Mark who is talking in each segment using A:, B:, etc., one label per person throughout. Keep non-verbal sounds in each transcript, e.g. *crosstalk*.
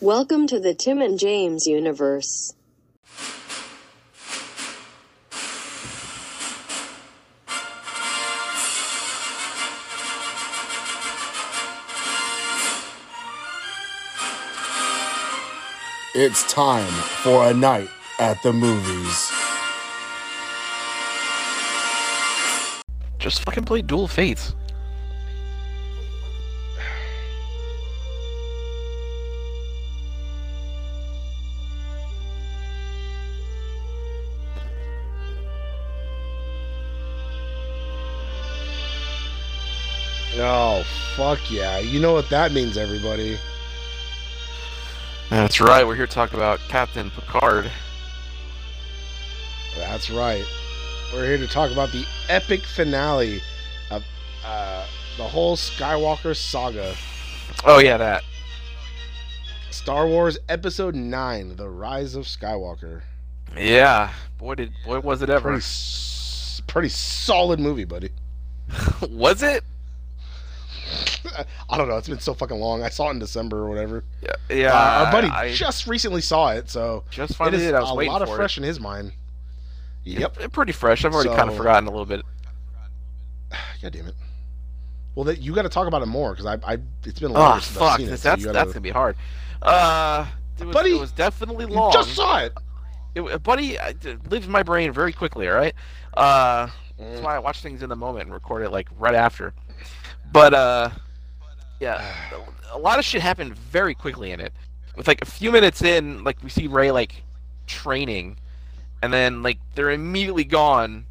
A: Welcome to the Tim and James universe.
B: It's time for a night at the movies.
C: Just fucking play Dual Fates.
B: Oh, fuck yeah. You know what that means, everybody.
C: That's right. We're here to talk about Captain Picard.
B: That's right. We're here to talk about the epic finale of uh, the whole Skywalker saga
C: Oh yeah, that.
B: Star Wars Episode 9 The Rise of Skywalker.
C: Yeah. Boy did boy was it
B: Pretty,
C: ever.
B: s- pretty solid movie, buddy. *laughs*
C: *laughs* was it?
B: I don't know. It's been so fucking long. I saw it in December or whatever.
C: Yeah. Yeah.
B: Uh, our buddy
C: I
B: just recently saw it, so
C: just
B: it
C: finally
B: is
C: did. I was
B: a
C: waiting
B: lot of
C: for
B: fresh in his mind.
C: it.
B: Yep.
C: It's pretty fresh. I've already kind of
B: So-
C: forgotten a little bit.
B: God damn it. Well, that you got to talk about it more because I, I, it's been a
C: Oh
B: long since I've
C: fuck.
B: seen it.
C: That's
B: so
C: that's,
B: you
C: that's
B: gotta-
C: gonna be hard. Uh. It was,
B: Buddy,
C: it was definitely
B: You
C: long.
B: just saw it.
C: It- buddy, I, it lives in my brain very quickly. All right. Uh.
B: Mm.
C: That's why I watch things in the moment and record it like right after. But uh, yeah, a lot of shit happened very quickly in it. With like a few minutes in, like we see Ray like training, and then like they're immediately gone.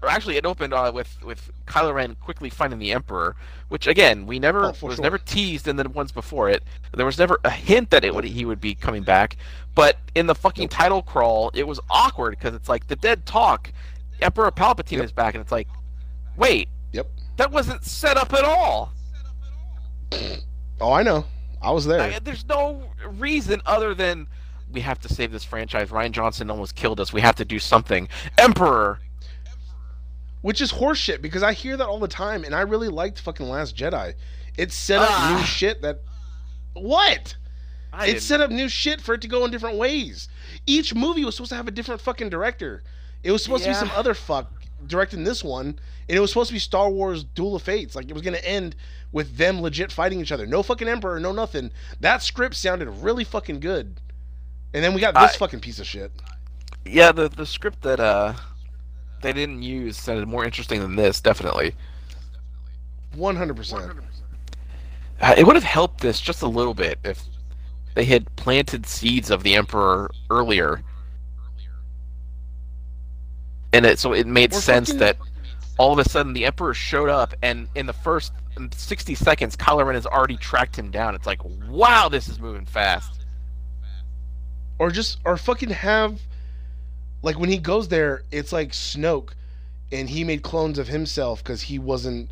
C: Or actually, it opened uh, with with Kylo Ren quickly finding the Emperor, which again we never
B: Oh, for
C: was
B: sure.
C: never teased in the ones before it. There was never a hint that it would he would be coming back. But in the fucking title crawl, it was awkward because it's like the dead talk. Emperor Palpatine
B: Yep.
C: is back, and it's like, wait,
B: Yep.
C: that wasn't set up at all.
B: Oh, I know. I was there.
C: Like, there's no reason other than we have to save this franchise. Ryan Johnson almost killed us. We have to do something. Emperor.
B: Which is horseshit because I hear that all the time, and I really liked fucking Last Jedi. It set up
C: Ah.
B: new shit that. What?
C: I
B: it
C: didn't-
B: set up new shit for it to go in different ways. Each movie was supposed to have a different fucking director. It was supposed to
C: Yeah.
B: be some other fuck directing this one, and it was supposed to be Star Wars Duel of Fates. Like it was gonna end with them legit fighting each other. No fucking Emperor, no nothing. That script sounded really fucking good. And then we got this
C: I-
B: fucking piece of shit.
C: yeah, the the script that uh they didn't use sounded more interesting than this, definitely.
B: One hundred percent.
C: Uh, it would have helped this just a little bit if they had planted seeds of the Emperor earlier. And it, so it made
B: Or
C: sense
B: fucking-
C: that all of a sudden the Emperor showed up, and in the first 60 seconds, Kylo Ren has already tracked him down. It's like, wow, this is moving fast.
B: Or just or fucking have like when he goes there, it's like Snoke and he made clones of himself because he wasn't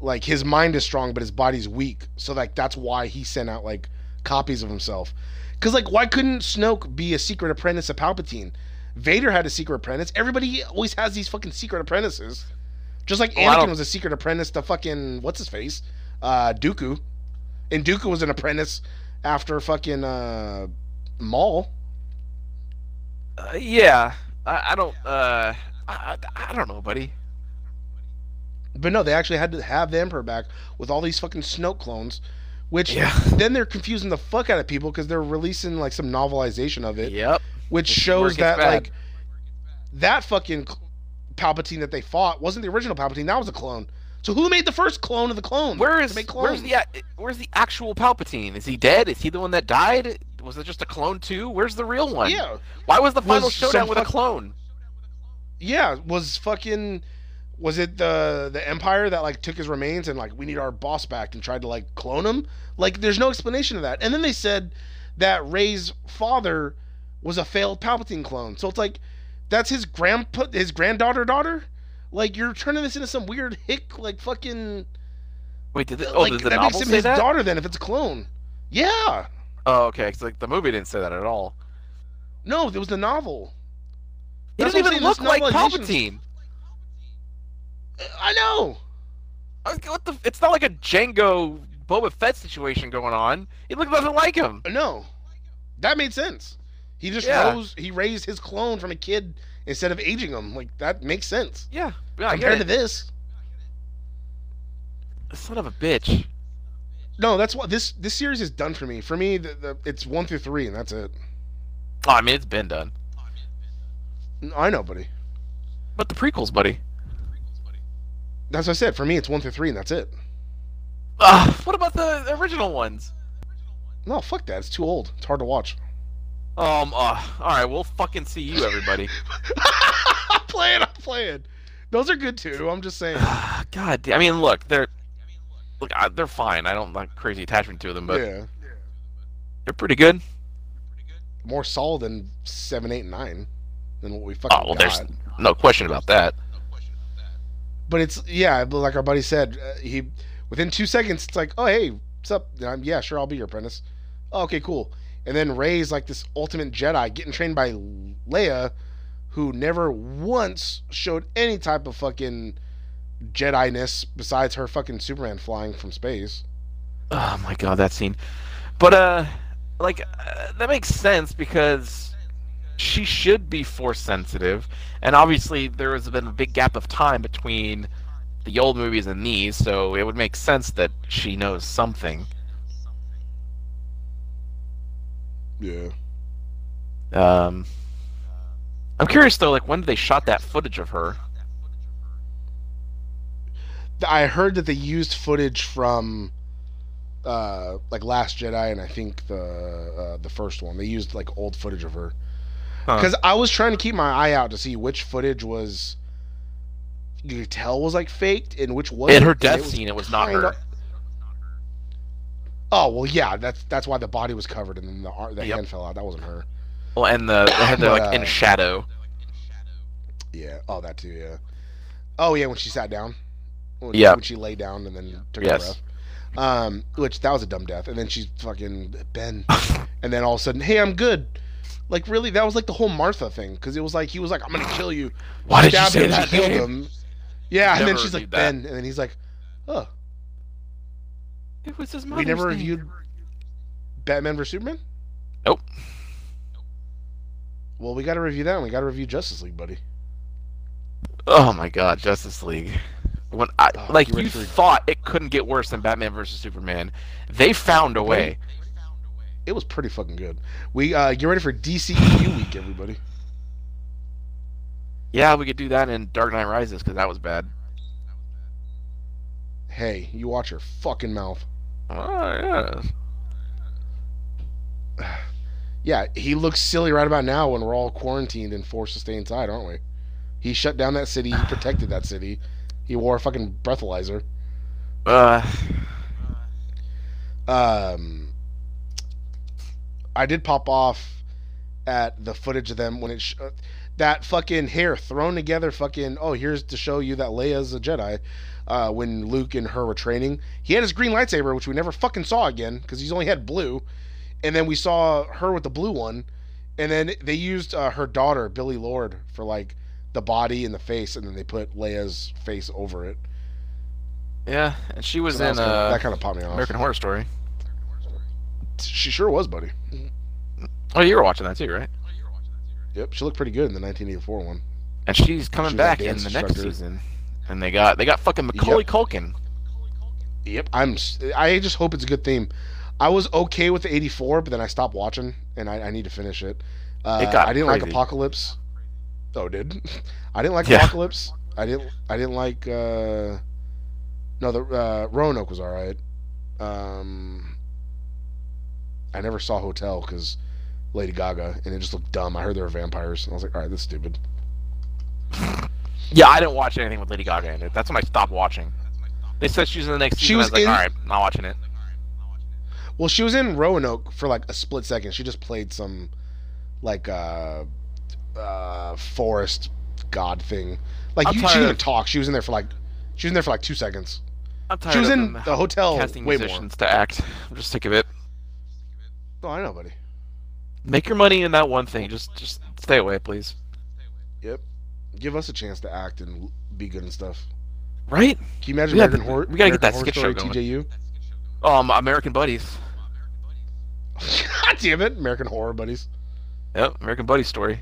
B: like his mind is strong but his body's weak so like that's why he sent out like copies of himself because like why couldn't snoke be a secret apprentice of palpatine vader had a secret apprentice everybody always has these fucking secret apprentices just like
C: Well, Oh, I
B: anakin
C: don't-
B: was a secret apprentice to fucking what's his face uh dooku and dooku was an apprentice after fucking uh maul
C: Uh, yeah, I, I don't. Uh, I, I, I don't know, buddy.
B: But no, they actually had to have the Emperor back with all these fucking Snoke clones, which
C: Yeah.
B: *laughs* then they're confusing the fuck out of people because they're releasing like some novelization of it,
C: Yep.
B: which
C: This is where
B: shows
C: it gets
B: that
C: bad.
B: like that fucking cl- Palpatine that they fought wasn't the original Palpatine. That was a clone. So who made the first clone of the clone?
C: Where is
B: They make
C: where's
B: clones.
C: the a- where's the actual Palpatine? Is he dead? Is he the one that died? Was it just a clone too? Where's the real one?
B: yeah,
C: Why was the final
B: Was some
C: showdown with a
B: fuck-
C: clone?
B: yeah. Was fucking was it the the Empire that like took his remains and like we need our boss back and tried to like clone him? Like there's no explanation of that. And then they said that Ray's father was a failed Palpatine clone. So it's like that's his grandpa his granddaughter daughter? Like you're turning this into some weird hick like fucking
C: Wait, did the, oh,
B: like
C: did the
B: that makes
C: novel
B: him
C: say
B: his
C: that?
B: daughter then if it's a clone. Yeah.
C: oh, okay. 'cause, like the movie didn't say that at all.
B: No, it was the novel.
C: He
B: That's
C: doesn't
B: what
C: even
B: I'm
C: look
B: saying,
C: like
B: this
C: Palpatine.
B: I know.
C: Uh, What the? It's not like a Django Boba Fett situation going on. He looked nothing like him.
B: No, that made sense. He just
C: Yeah.
B: rose. He raised his clone from a kid instead of aging him. Like that makes sense
C: Yeah, yeah, I get
B: compared to
C: it.
B: this.
C: Son of a bitch.
B: No, that's what this this series is done for me. For me, the, the, it's one through three, and that's it.
C: Oh, I mean, it's been done.
B: I know, buddy.
C: But the prequels, buddy.
B: That's what I said. For me, it's one through three, and that's it.
C: Ugh, what about the original ones?
B: No, fuck that. It's too old. It's hard to watch. *laughs*
C: Um, uh, all right, we'll fucking see you, everybody.
B: I'm playing. I'm playing. Those are good too. I'm just saying.
C: Ah, *sighs* God, da- I mean, look, they're look, I, they're fine. I don't like crazy attachment to them, *sighs* but
B: yeah,
C: they're pretty good.
B: more solid than seven, eight, and nine than what we fucking
C: Oh well, there's
B: got.
C: no question about that.
B: But it's yeah, but like our buddy said, uh, he within two seconds it's like, oh hey, what's up? And I'm, yeah, sure, I'll be your apprentice. Oh, okay, cool. And then Ray's like this ultimate Jedi, getting trained by Leia, who never once showed any type of fucking Jedi ness besides her fucking Superman flying from space.
C: Oh my God, that scene. But uh, like uh, that makes sense because she should be force sensitive, and obviously there has been a big gap of time between the old movies and these, so it would make sense that she knows something.
B: Yeah.
C: Um, I'm curious though, like when they shot that footage of her.
B: I heard that they used footage from uh like last jedi and i think the uh, the first one they used like old footage of her
C: Huh.
B: because i was trying to keep my eye out to see which footage was you could tell was like faked and which was
C: In her death scene, it was not her.
B: oh well yeah that's that's why the body was covered and then the, ar- the
C: Yep.
B: hand fell out that wasn't her
C: Well, and the they had the, like
B: But, uh,
C: in shadow.
B: yeah oh that too yeah oh yeah when she sat down when,
C: Yeah.
B: when she lay down and then took
C: Yes.
B: her breath um which that was a dumb death and then she's fucking
C: *laughs*
B: ben and then all of a sudden, hey, I'm good. Like really, that was like the whole Martha thing because it was like he was like, I'm gonna
C: *laughs*
B: kill you.
C: Why did you
B: Stabbed
C: say
B: him,
C: that?
B: she killed
C: Name?
B: him. Yeah, and then
C: Never
B: she's like
C: reviewed that.
B: Ben, and then he's like, oh,
C: It was his
B: we never reviewed Batman vs Superman.
C: Nope.
B: Well, we got to review that, and we got to review Justice League, buddy.
C: Oh my god, Justice League. When I
B: Oh,
C: like
B: you
C: you
B: went through-
C: thought it couldn't get worse than Batman versus Superman, they found a way.
B: It was pretty fucking good. We uh, get ready for DCEU week, everybody.
C: Yeah, we could do that in Dark Knight Rises because that was bad.
B: Hey, you watch your fucking mouth.
C: Oh yeah.
B: Yeah, he looks silly right about now when we're all quarantined and forced to stay inside, aren't we? He shut down that city. He protected that city. He wore a fucking breathalyzer.
C: Uh,
B: Um, I did pop off at the footage of them when it sh- uh, that fucking hair thrown together. Fucking oh, here's to show you that Leia's a Jedi. Uh, when Luke and her were training, he had his green lightsaber, which we never fucking saw again because he's only had blue. And then we saw her with the blue one, and then they used uh, her daughter Billy Lord for like the body and the face, and then they put Leia's face over it.
C: yeah, and she was
B: So that,
C: in
B: kinda,
C: uh,
B: that kind of popped me off.
C: American Horror Story.
B: She sure was, buddy.
C: Oh, you were watching that too, right?
B: Yep, she looked pretty good in the 1984 one.
C: And she's coming
B: She was a
C: back in
B: dance
C: the next
B: instructor.
C: season. And they got they got fucking Macaulay Culkin.
B: Yep, I'm. s- I just hope it's a good theme. I was okay with the 84, but then I stopped watching, and I, I need to finish it. Uh,
C: It got
B: I didn't like
C: crazy.
B: Apocalypse. Oh, it did *laughs* I didn't like
C: Yeah.
B: Apocalypse. I didn't. I didn't like. Uh, no, the uh, Roanoke was all right. Um, I never saw Hotel because Lady Gaga, and it just looked dumb. I heard they were vampires, and I was like, all right, that's stupid.
C: Yeah, I didn't watch anything with Lady Gaga in it. That's when I stopped watching. They said she was in the next
B: She
C: season.
B: was
C: I was like,
B: in-
C: all right, not watching it.
B: Well, she was in Roanoke for like a split second. She just played some like uh uh forest god thing. Like
C: I'm
B: you, she
C: tired
B: didn't even
C: of-
B: talk. She was in there for like she was in there for like two seconds.
C: I'm tired
B: She was
C: of
B: in
C: them
B: the hotel
C: casting
B: way more.
C: musicians to act. I'm just sick of it.
B: Oh, I know, buddy.
C: Make your money in that one thing. Just just stay away, please.
B: Yep. Give us a chance to act and be good and stuff.
C: Right?
B: Can you imagine
C: We gotta-
B: American Horror?
C: we gotta get that
B: American
C: skit
B: Horror
C: show
B: Story, TJU.
C: Um, American Buddies.
B: God *laughs* damn it, American Horror Buddies.
C: Yep, American Buddy story.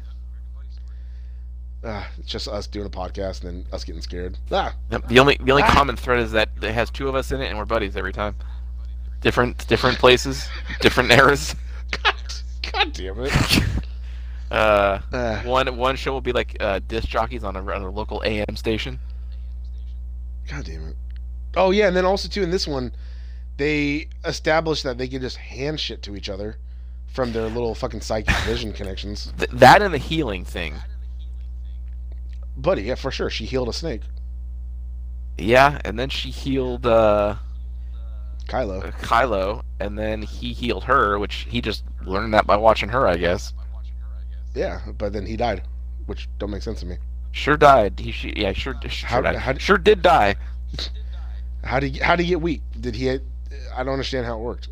B: Ah, it's just us doing a podcast and then us getting scared. Ah, *laughs*
C: Yep, the only the only
B: Ah.
C: common thread is that it has two of us in it and we're buddies every time. Different different places, *laughs* different eras.
B: God, God damn it.
C: Uh,
B: Ah.
C: one one show will be like uh, disc jockeys on a, on a local AM station.
B: God damn it. Oh yeah, and then also too in this one, they established that they can just hand shit to each other from their little fucking psychic vision connections.
C: Th- that and the healing thing.
B: Buddy, yeah, for sure. She healed a snake.
C: Yeah, and then she healed uh,
B: Kylo.
C: Kylo, and then he healed her, which he just learned that by watching her, I guess.
B: Yeah, but then he died, which don't make sense to me.
C: Sure died. He she, yeah sure sure,
B: How-
C: died.
B: how d-
C: sure did die.
B: How did he, how did he get weak? Did he? I don't understand how it worked.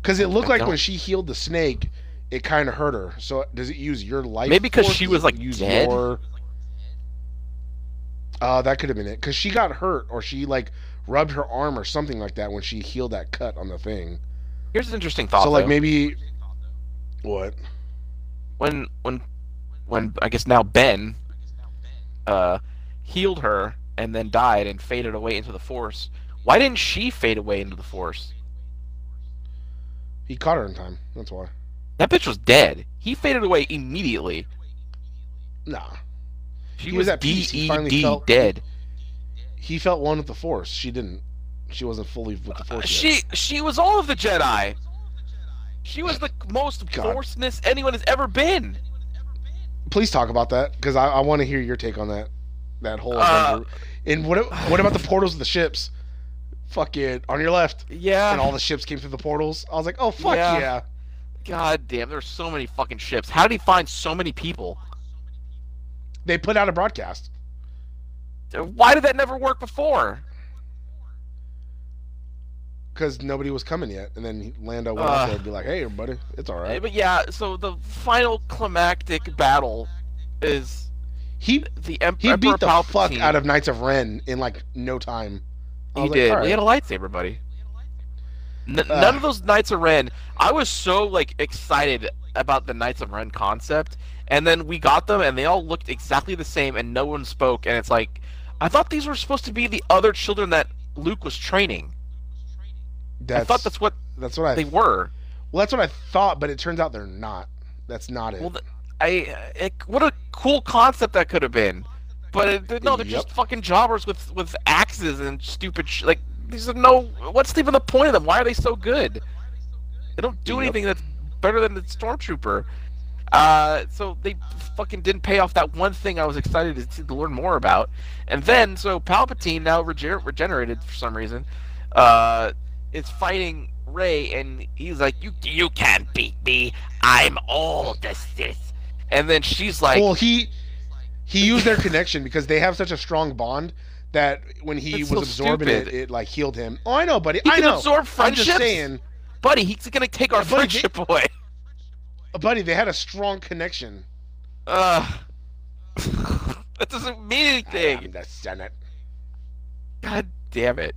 B: Because it looked
C: I
B: like
C: don't.
B: when she healed the snake, it kind of hurt her. So does it use your life?
C: Maybe 'cause
B: force?
C: she
B: Does
C: was,
B: it
C: like,
B: use
C: dead?
B: Your... Uh, that could have been it. Because she got hurt, or she like rubbed her arm or something like that when she healed that cut on the thing.
C: Here's an interesting thought.
B: so like
C: though.
B: maybe what?
C: when when when I guess now Ben uh healed her and then died and faded away into the force. Why didn't she fade away into the force?
B: He caught her in time. That's why.
C: That bitch was dead. He faded away immediately.
B: Nah,
C: She
B: He was
C: was
B: at
C: D
B: peace. He
C: E
B: finally
C: D
B: felt-
C: dead.
B: he felt one with the force. She didn't. She wasn't fully with the force. yet.
C: She she was all of the Jedi. She was the most
B: God.
C: forceness anyone has ever been.
B: please talk about that because I, I want to hear your take on that that whole
C: Uh,
B: number. and what a- what about the portals of the ships fucking on your left
C: Yeah.
B: and all the ships came through the portals i was like oh fuck
C: Yeah.
B: yeah,
C: God damn, there's so many fucking ships. How did he find so many people?
B: they put out a broadcast
C: Why did that never work before?
B: because nobody was coming yet and then lando went
C: Uh.
B: out there and be like hey everybody it's all
C: Uh,
B: right
C: But yeah, so the final climactic battle is
B: he
C: the Emperor.
B: he beat the
C: Palpatine.
B: fuck out of knights of ren in like no time I
C: He
B: was like,
C: did.
B: all
C: We
B: right.
C: had a lightsaber, buddy. N-
B: Ugh.
C: none of those Knights of Ren. I was so like excited about the Knights of Ren concept, and then we got them, and they all looked exactly the same, and no one spoke, and it's like, I thought these were supposed to be the other children that Luke was training.
B: that's,
C: I thought that's what
B: that's what i
C: they were.
B: well that's what i thought but it turns out they're not that's not it
C: Well, th- I it, what a cool concept that could have been, but it, they're- no, they're just
B: Yep.
C: fucking jobbers with with axes and stupid sh- like these are no. What's even the point of them? Why are they so good? They don't do
B: Yep.
C: anything that's better than the stormtrooper. Uh, so they fucking didn't pay off that one thing I was excited to, see- to learn more about, and then so Palpatine now regener- regenerated for some reason, uh, is fighting Ray, and he's like, "You you can't beat me. I'm all the Sith." And then she's like,
B: well he he used their connection because they have such a strong bond that when he
C: That's
B: was
C: so
B: absorbing it,
C: stupid.
B: it like healed him. Oh, I know, buddy.
C: "He
B: I
C: can
B: know.
C: absorb
B: I'm just
C: friendships,
B: saying,
C: buddy. He's gonna take our
B: Yeah, buddy, they-
C: friendship away." *laughs*
B: buddy. They had a strong connection.
C: Uh, *laughs* that doesn't mean anything.
B: I'm the Senate.
C: God damn it.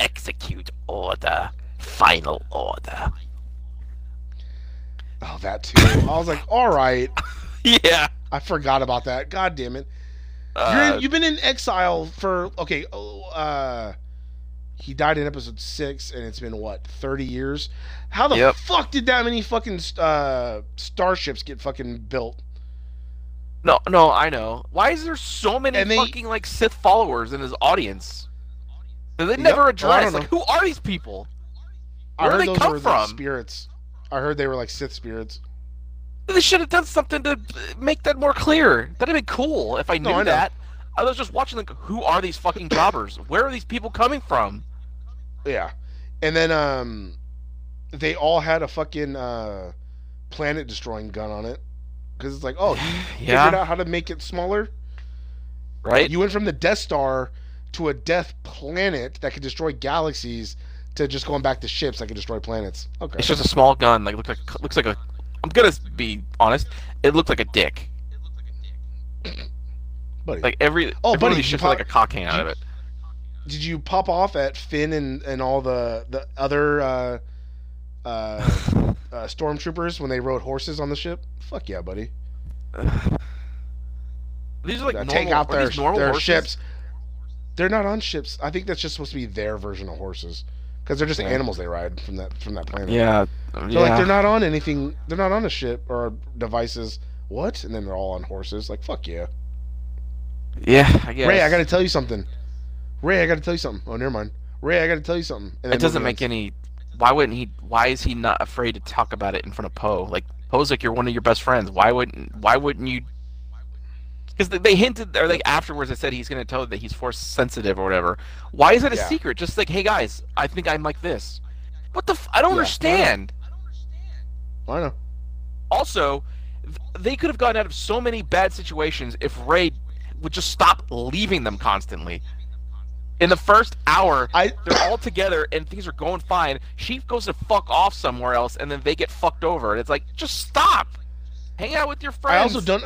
C: Execute order. Final order. *laughs*
B: Oh, that too. I was like, all right.
C: Yeah.
B: I forgot about that. God damn it. You're
C: Uh,
B: in, you've been in exile for okay. oh, Uh, he died in episode six, and it's been what thirty years. How the
C: Yep.
B: fuck did that many fucking uh, starships get fucking built?
C: no, no, I know. Why is there so many
B: And they-
C: fucking like Sith followers in his audience? That they
B: Yep,
C: never
B: I
C: address.
B: don't know.
C: Like, who are these people?
B: I
C: Where do
B: heard
C: they
B: those
C: come
B: were
C: from?
B: The spirits. I heard they were like Sith spirits.
C: They should have done something to uh, make that more clear. That'd have been cool if I knew
B: No, I know.
C: that. I was just watching like, who are these
B: *coughs*
C: fucking jobbers? Where are these people coming from?
B: Yeah. And then um they all had a fucking uh planet destroying gun on it. Cuz it's like,
C: *sighs*
B: oh, you figured
C: yeah,
B: out how to make it smaller?
C: right.
B: You went from the Death Star to a death planet that could destroy galaxies to just going back to ships that could destroy planets. Okay.
C: It's just a small gun. Like looks like looks like a. I'm gonna be honest. It looked like a dick.
B: Buddy.
C: Like every
B: Oh,
C: every one
B: buddy, Oh,
C: of these
B: you
C: ships
B: prob-
C: had, like a cock hanging out
B: you-
C: of it.
B: did you pop off at Finn and, and all the the other uh,
C: *laughs*
B: uh, uh, stormtroopers when they rode horses on the ship? Fuck yeah, buddy!
C: These are like
B: Uh,
C: normal,
B: take out
C: are
B: their
C: these normal
B: their
C: horses?
B: ships. They're not on ships. I think that's just supposed to be their version of horses because they're just
C: Yeah.
B: animals they ride from that from that planet.
C: Yeah, yeah.
B: They're like they're not on anything. They're not on a ship or devices. What? And then they're all on horses. Like fuck yeah.
C: yeah, I guess.
B: Ray, I gotta tell you something. Ray, I gotta tell you something. Oh, never mind. Ray, I gotta tell you something. And
C: It doesn't
B: movie
C: make any. Why wouldn't he? Why is he not afraid to talk about it in front of Poe? Like Poe's like you're one of your best friends. Why wouldn't? Why wouldn't you? Because they, they hinted, or like afterwards, they said he's gonna tell her that he's force sensitive or whatever. Why is that a
B: Yeah.
C: secret? Just like, hey guys, I think I'm like this. What the? F- I don't
B: Yeah, I know.
C: understand.
B: on. I know.
C: Also, th- they could have gotten out of so many bad situations if Ray would just stop leaving them constantly. In the first hour,
B: I
C: they're all together and things are going fine. She goes to fuck off somewhere else and then they get fucked over. And it's like, just stop. Hang out with your friends.
B: I also don't.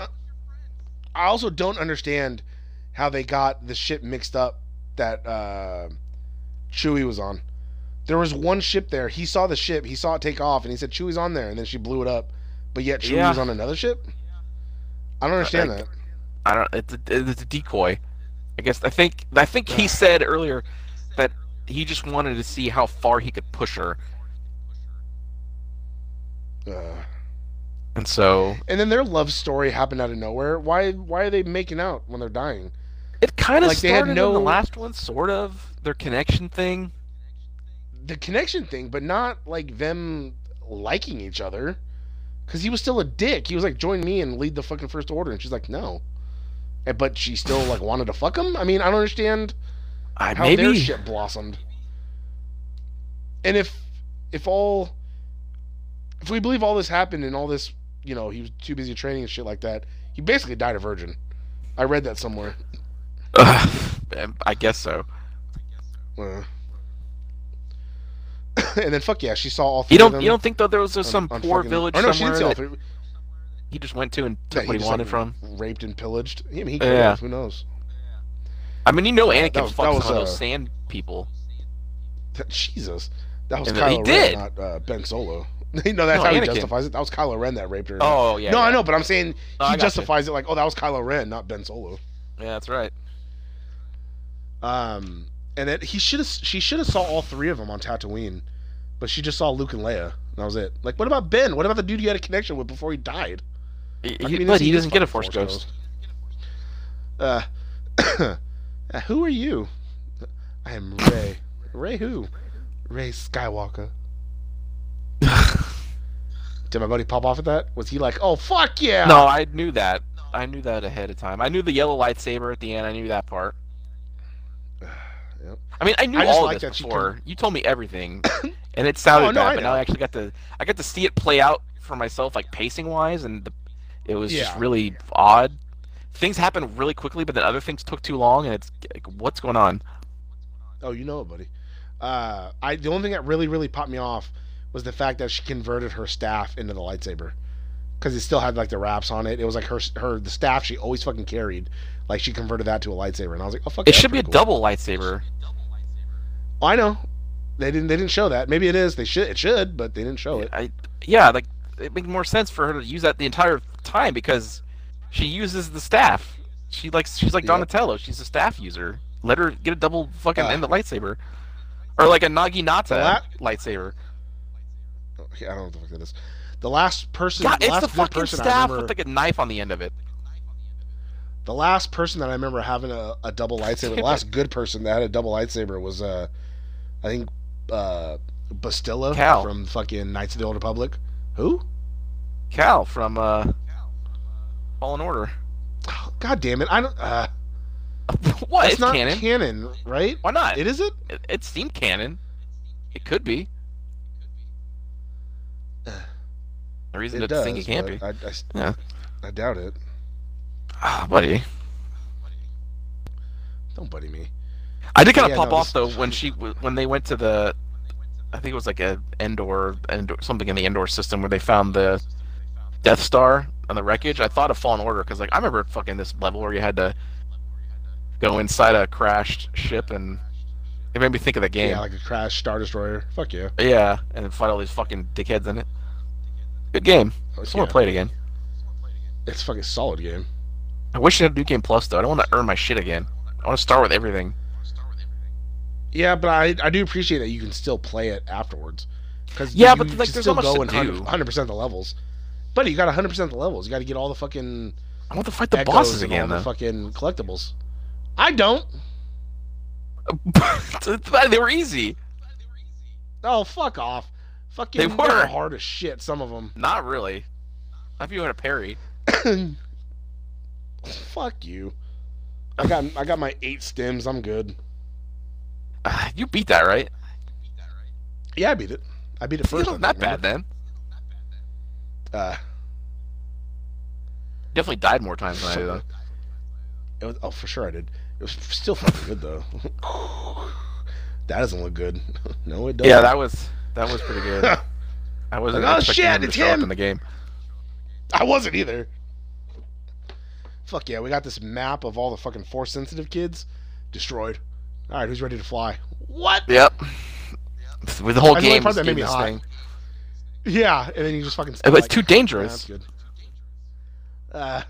B: I also don't understand how they got the ship mixed up that uh, Chewie was on. There was one ship there. He saw the ship. He saw it take off, and he said Chewie's on there. And then she blew it up, but yet Chewie
C: Yeah.
B: was on another ship. I don't understand
C: like-
B: that.
C: I don't. It's a, it's a decoy. I guess. I think. I think he said earlier that he just wanted to see how far he could push her,
B: Uh,
C: and so
B: and then their love story happened out of nowhere. Why? Why are they making out when they're dying?
C: it kind of
B: Like, they
C: started
B: had
C: in the
B: no-
C: last one, sort of their connection thing.
B: the connection thing, but not like them liking each other. Cause he was still a dick. He was like, "Join me and lead the fucking first order," and she's like, "No," And- but she still like wanted to fuck him. I mean, I don't understand
C: I
B: how their
C: maybe.
B: shit blossomed. And if if all if we believe all this happened and all this, you know, he was too busy training and shit like that, he basically died a virgin. I read that somewhere.
C: Ugh, I guess so.
B: Uh. *coughs* and then fuck yeah, she saw all three
C: You
B: of
C: don't.
B: them.
C: You don't think though there was
B: on-
C: just some
B: on
C: poor
B: fucking-
C: village
B: or no, she
C: somewhere
B: didn't see all
C: that
B: three.
C: he just went to and
B: that
C: took
B: he
C: what he
B: just,
C: wanted
B: like,
C: from.
B: raped and pillaged. I mean, he could
C: Yeah.
B: have. Who knows?
C: I mean, you know, Anakin
B: that was-
C: fucked
B: that was,
C: some of
B: uh,
C: those sand people.
B: Jesus, that was
C: And
B: Kylo
C: he
B: Ren,
C: did.
B: not uh, Ben Solo. *laughs* no, that's
C: No,
B: how he
C: Anakin.
B: justifies it. That was Kylo Ren that raped her.
C: Oh yeah.
B: no,
C: yeah.
B: I know, but I'm saying
C: No, I
B: he
C: gotcha.
B: justifies it like, oh, that was Kylo Ren, not Ben Solo.
C: Yeah, that's right.
B: Um, and it, he should have. She should have saw all three of them on Tatooine, but she just saw Luke and Leia. And that was it. Like, what about Ben? What about the dude you had a connection with before he died?
C: He-
B: How
C: he-
B: come you didn't
C: but
B: see
C: he
B: his
C: doesn't get a force
B: fucking
C: ghost.
B: ghost? Uh, *coughs* uh, who are you? I am Ray. Ray who?
C: *laughs*
B: Ray Skywalker. Did my buddy pop off at that? Was he like, oh fuck yeah?
C: No, I knew that. I knew that ahead of time. I knew the yellow lightsaber at the end. I knew that part.
B: *sighs* Yep.
C: I mean, I knew
B: I just
C: all
B: like
C: of this
B: that she
C: before. You told me
B: *coughs*
C: everything, and it sounded
B: Oh, no, I
C: bad, but now
B: know.
C: I actually got to I got to see it play out for myself, like pacing wise, and the, it was just
B: Yeah.
C: really odd. Things happened really quickly, but then other things took too long, and it's like, what's going on?
B: Oh, you know it, buddy. Uh, I the only thing that really really popped me off was the fact that she converted her staff into the lightsaber because it still had like the wraps on it. It was like her her the staff she always fucking carried. Like she converted that to a lightsaber, and I was like, oh fuck.
C: It
B: yeah,
C: should be a
B: pretty cool.
C: double lightsaber.
B: I know. They didn't. They didn't show that. Maybe it is. They should. It should, but they didn't show it.
C: I, yeah, like it made more sense for her to use that the entire time because she uses the staff. She like she's like
B: Yep.
C: Donatello. She's a staff user. Let her get a double fucking
B: Ah.
C: end the lightsaber, or like a Nagi Nata
B: Well,
C: lightsaber.
B: Oh, yeah, I don't know what the fuck that is. The last person.
C: God,
B: the
C: it's
B: last
C: the
B: good
C: fucking
B: person I
C: staff
B: remember-
C: with like a knife on the end of it.
B: The last person that I remember having a, a double lightsaber,
C: *laughs*
B: the last good person that had a double lightsaber was, uh, I think, uh, Bastilla
C: Cal.
B: from fucking Knights of the Old Republic. Who?
C: Cal from uh, Fallen Order. *laughs*
B: Oh, God damn it! I don't. Uh,
C: what?
B: that's
C: It's
B: not
C: canon.
B: canon, right?
C: Why not?
B: It is it.
C: It, it's Steam canon. It could
B: *sighs*
C: be. The reason
B: it
C: to
B: does.
C: think it can't be.
B: but uh, I, I s-
C: Yeah.
B: I doubt it.
C: Ah, buddy.
B: Don't buddy me.
C: I did kind of
B: Yeah,
C: pop
B: no,
C: off
B: this-
C: though when she w- when they went to the, I think it was like a Endor, Endor something in the Endor system where they found the Death Star on the wreckage. I thought of Fallen Order because like I remember fucking this level where you had to go inside a crashed ship and It made me think of the game.
B: Yeah, like a crash Star Destroyer. Fuck yeah.
C: Yeah, and then fight all these fucking dickheads in it. Good game. I just want
B: Yeah.
C: to play it again.
B: It's a fucking solid game.
C: I wish they had New Game Plus though. I don't want to earn my shit again. I want to start with everything.
B: Yeah, but I, I do appreciate that you can still play it afterwards. Cause
C: Yeah,
B: you
C: but,
B: can
C: like, there's
B: still
C: not much
B: go
C: to
B: in 100
C: do.
B: 100% the levels. Buddy, you got 100% the levels. You got to get all the fucking
C: I want to fight the
B: echoes
C: bosses
B: and
C: again
B: all the
C: though.
B: fucking collectibles. I don't.
C: *laughs* they were easy.
B: Oh, fuck off. Fucking
C: They were.
B: they're hard as shit. Some of them.
C: Not really. Not if you had a parry. *sighs*
B: Fuck you. I got I got my eight stems. I'm good.
C: Ah, you beat that right?
B: Yeah, I beat it. I beat it
C: See,
B: first. I think,
C: not bad
B: remember?
C: then.
B: Uh,
C: Definitely died more times than I
B: *laughs*
C: did. though.
B: it was, oh, for sure I did. It was still fucking good though. *laughs* that doesn't look good. *laughs* no, it doesn't.
C: Yeah, that was that was pretty
B: *laughs*
C: good. I wasn't
B: Like, oh,
C: expecting
B: shit,
C: him to
B: it's
C: show up
B: him!
C: in the game.
B: I wasn't either. Fuck yeah, we got this map of all the fucking force sensitive kids destroyed. All right, who's ready to fly? What?
C: Yep. With the whole
B: That's the only
C: game,
B: part that
C: this
B: made me
C: game is
B: high.
C: thing.
B: Yeah, and then you just fucking.
C: It's
B: like,
C: too
B: "Nah,
C: dangerous.
B: that's good. Uh,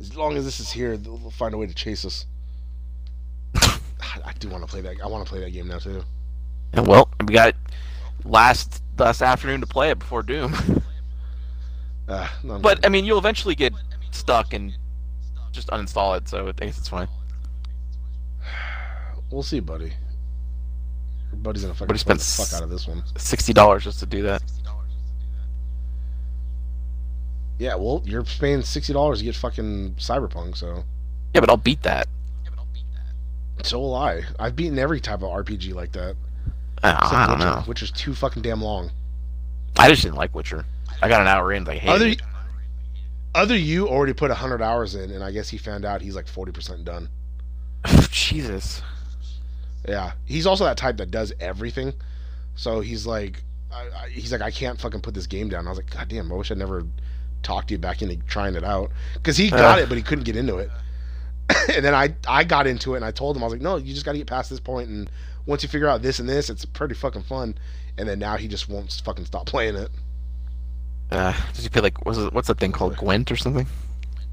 B: as long as this is here, they'll they'll find a way to chase us. *sighs* I I do want to play that. I want to play that game now too.
C: And well, we got last last afternoon to play it before Doom. *laughs*
B: Uh, no, I'm
C: but I mean, you'll eventually get stuck and just uninstall it. So I think it's fine.
B: good. we'll see, buddy. Your buddy's gonna fucking
C: Buddy
B: play the
C: spent
B: fuck out of this one.
C: Sixty dollars just to do that.
B: Yeah, well, you're paying sixty dollars to get fucking Cyberpunk, so
C: Yeah, but I'll beat that.
B: so will I. I've beaten every type of RPG like that.
C: I, I
B: except
C: don't
B: Witcher.
C: know.
B: Witcher's too fucking damn long.
C: I just didn't like Witcher. I got an hour in. Like, hey,
B: Other, other you already put hundred hours in, and I guess he found out he's like forty percent done.
C: *laughs* Jesus.
B: Yeah, he's also that type that does everything. So he's like, I, I, he's like, I can't fucking put this game down. I was like, God damn, I wish I never talked you back into trying it out because he got
C: Uh.
B: it, but he couldn't get into it. *laughs* and then I, I got into it and I told him I was like, no, you just got to get past this point, and once you figure out this and this, it's pretty fucking fun. And then now he just won't fucking stop playing it.
C: Uh, does he play like what's it, what's that thing called Gwent or something?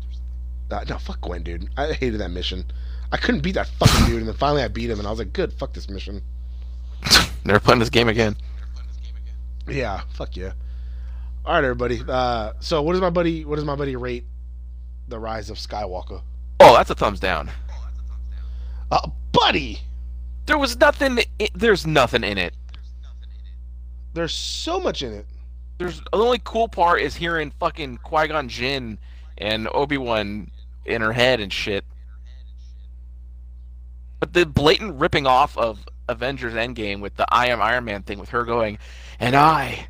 C: *laughs*
B: Uh, no, fuck Gwen, dude. I hated that mission. I couldn't beat that fucking dude, and then finally I beat him, and I was like, good, fuck this mission.
C: Never playing this game again.
B: Yeah, fuck yeah. All right, everybody. Uh, so, what does my buddy? What does my buddy rate the Rise of Skywalker?
C: Oh, that's a thumbs down.
B: Uh, buddy,
C: There was nothing. i there's nothing in it.
B: there's so much in it.
C: There's the only cool part is hearing fucking Qui Gon Jinn and Obi Wan in her head and shit. But the blatant ripping off of Avengers Endgame with the I am Iron Man thing with her going, and I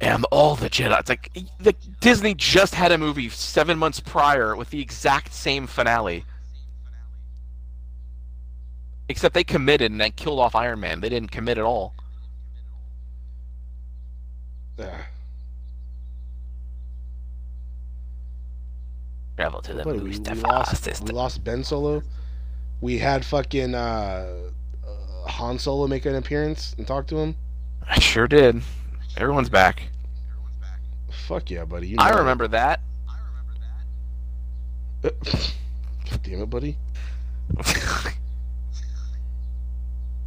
C: am all the Jedi. It's like the, Disney just had a movie seven months prior with the exact same finale. Except they committed and then killed off Iron Man. They didn't commit at all.
B: Uh,
C: Travel to the
B: buddy, we,
C: movies
B: we
C: to
B: lost.
C: fastest.
B: We lost Ben Solo. We had fucking uh, uh, Han Solo make an appearance and talk to him.
C: I sure did. Everyone's back.
B: Fuck yeah, buddy. You
C: I
B: know.
C: remember that.
B: *laughs* God damn it, buddy.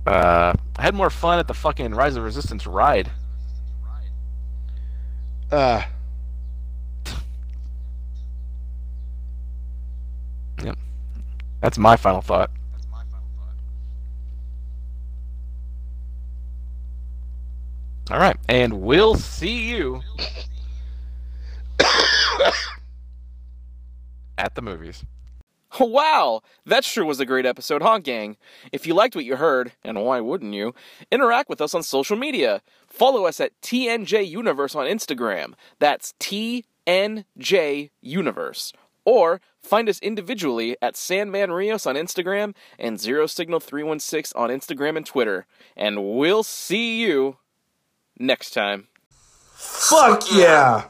C: uh, I had more fun at the fucking Rise of Resistance ride.
B: Uh,
C: That's my final thought. All right, and we'll see you at the movies. Wow, that sure was a great episode, huh, gang? If you liked what you heard, and why wouldn't you, interact with us on social media. Follow us at TNJ Universe on Instagram. That's TNJ Universe. Or find us individually at Sandman Rios on Instagram and Zero Signal 316 on Instagram and Twitter. And we'll see you next time.
D: Fuck yeah.